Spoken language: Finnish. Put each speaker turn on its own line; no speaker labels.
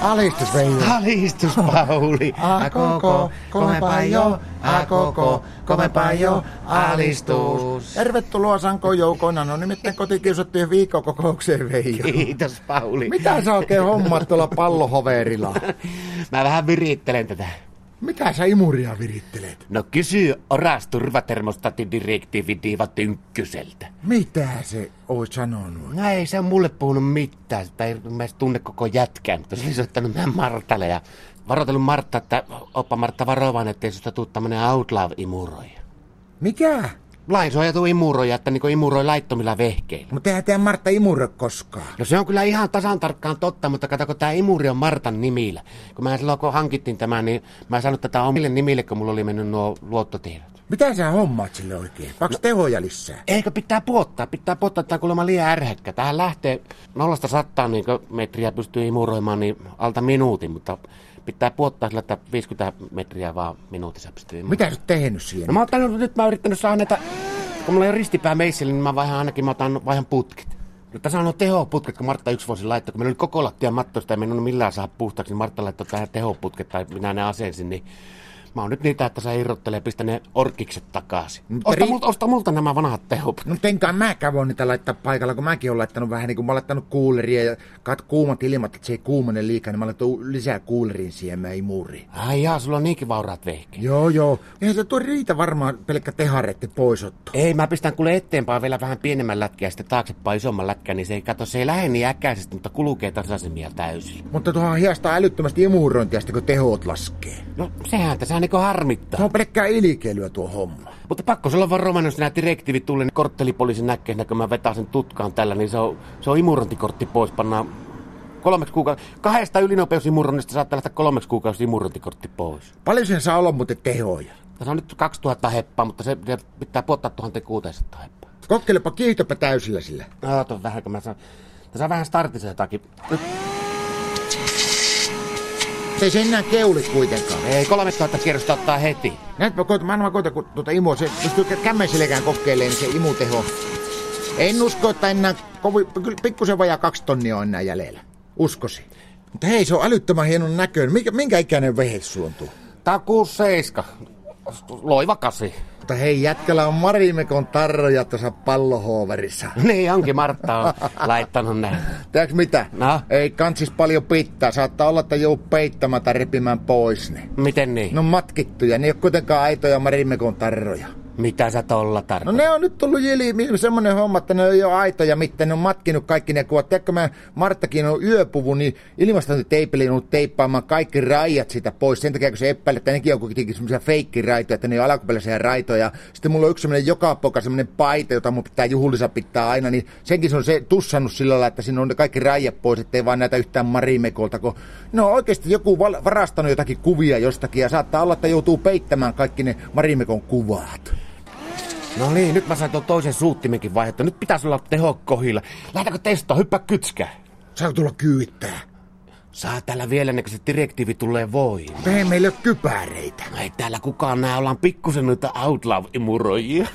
Alistus Veijo.
Alistus, Pauli.
A koko, komepaa jo. A koko, komepaa jo. Alistus. Tervetuloa Sanko joukona. No nimittäin kotikiusattujen viikkokokoukseen Veijo.
Kiitos, Pauli.
Mitä sä oikein hommaat tuolla pallohoverilla?
Mä vähän virittelen tätä.
Mitä sä imuria virittelet?
No kysy oras turvatermostaattidirektiivi Diiva Tynkkyseltä.
Mitä se oot sanonut?
No ei se on mulle puhunut mitään, tai mä edes tunne koko jätkää, mutta se oli soittanut meidän Martalle ja varoitellut Martta, että oppa Martta varovainen, ettei susta tuu tämmönen outlaw-imuroija.
Mikä?
Lainsuojatu imuroija, että niinku imuroi laittomilla vehkeillä.
Mutta eihän tää Martta imurre koskaan.
No se on kyllä ihan tasan tarkkaan totta, mutta kato, kun tämä imuri on Martan nimillä. Kun mä silloin kun hankittiin tämän, niin mä en saanut tätä omille nimille, kun mulla oli mennyt nuo luottotiedot.
Mitä sä hommaat sille oikein? Paks tehoja lisää?
Eikö pitää puottaa? Pitää puottaa, tämä on kuulemma liian ärhäkkä. Tähän lähtee nollasta sattaan niin metriä pystyy imuroimaan niin alta minuutin, mutta pitää puottaa sillä, että 50 metriä vaan minuutissa pystyy imuroimaan.
Mitä sä oot tehnyt
No
siihen?
mä oon ottanut, nyt mä oon yrittänyt saada näitä, kun mulla ei ole ristipää meissillä, niin mä vaihan ainakin, mä otan vaihan putket. No tässä on nuo tehoputket, kun Martta yksi vuosi laittoi, kun meillä oli koko lattia mattoista ja me en ollut millään saa puhtaaksi, niin Martta laittoi tähän tehoputket tai minä ne asensin, niin mä oon nyt niitä, että sä irrottelee ja pistä ne orkikset takaisin.
Mutta
Osta,
ri-
multa, osta multa nämä vanhat tehoputket.
No enkä mäkään voi niitä laittaa paikalla, kun mäkin olen laittanut vähän niin kuin mä oon laittanut kuuleria ja kat kuumat ilmat, että se ei kuumene liikaa, niin mä laitan lisää kuulerin siihen, mä imuriin.
Ai jaa, sulla on niinkin vauraat vehkeet.
Joo, joo. Eihän se tuo riitä varmaan pelkkä teharetti poisotto.
Ei, mä pistän kuule eteenpäin vielä vähän pienemmän lätkän ja sitten taaksepäin isomman lätkän, niin se ei kato, se ei lähde niin äkäisesti, mutta kulkee tasaisemmin ja täysillä.
Mutta tuohan hiastaa älyttömästi imurointia, sitten kun tehot laskee.
No sehän tässä niinku harmittaa.
Se on pelkkää ilikeilyä tuo homma.
Mutta pakko se olla vaan romainen, jos nämä direktiivit tulee, niin korttelipoliisin näkkeenä, kun mä vetän sen tutkaan tällä, niin se on, se on imurointikortti pois, pannaan kolmeksi kuukautta. Kahdesta ylinopeusimurronnista saattaa lähteä kolmeksi kuukausi imurointikortti pois.
Paljon sen saa olla muuten tehoja.
Tässä on nyt 2000 heppaa, mutta se, se pitää puottaa 1600 heppaa.
Kokeilepa kiihtopä täysillä sillä.
No, Oota vähän, kun mä saan. Tässä on vähän startissa jotakin. Nyt,
Se ei se enää keuli kuitenkaan.
ei, 3000 kierrosta ottaa heti.
Näetpä koita, mä aina vaan koitan, kun tuota imua, se pystyy kä- kämmäisillekään kokeilemaan se imuteho. En usko, että enää kovin, kyllä pikkusen vajaa kaksi tonnia on enää jäljellä. Uskosi. Mutta hei, se on älyttömän hienon näköinen. Minkä, minkä ikäinen vehe sulla on tuo?
Tää on 67. Loiva kasi.
Mutta hei, jätkällä on Marimekon tarroja tuossa pallohooverissa.
Niin onkin, Martta on laittanut näin.
Tiedätkö mitä?
No?
Ei kansis paljon pitää. Saattaa olla, että joudut peittämään tai repimään pois ne.
Miten niin?
Ne on matkittuja, ne ei ole kuitenkaan aitoja Marimekon tarroja.
Mitä sä tolla
No
tarkoitat?
ne on nyt tullut ilmi, semmoinen homma, että ne ei ole aitoja mitään, ne on matkinut kaikki ne kuvat. Tiedätkö mä, Marttakin on yöpuvu, niin ilmastointiteipeli on ollut teippaamaan kaikki rajat sitä pois. Sen takia, kun se epäilee, että nekin on kuitenkin semmoisia feikkiraitoja, että ne ei ole alkuperäisiä raitoja. Sitten mulla on yksi semmoinen joka poka semmoinen paita, jota mun pitää juhlissa pitää aina, niin senkin se on se tussannut sillä lailla, että siinä on ne kaikki rajat pois, ettei vaan näitä yhtään marimekolta, kun ne on oikeasti joku val- varastanut jotakin kuvia jostakin ja saattaa olla, että joutuu peittämään kaikki ne marimekon kuvat.
No niin, nyt mä sain tuon toisen suuttimenkin vaihdettua. Nyt pitäisi olla teho kohilla. Lähdetäänkö testoon? Hyppää kytskää.
Saako tulla kyyttää?
Saa täällä vielä ennen kuin se direktiivi tulee voimaan.
Ei meillä ole kypäreitä.
No Ei täällä kukaan näe, ollaan pikkusen noita outlaw-imuroijia.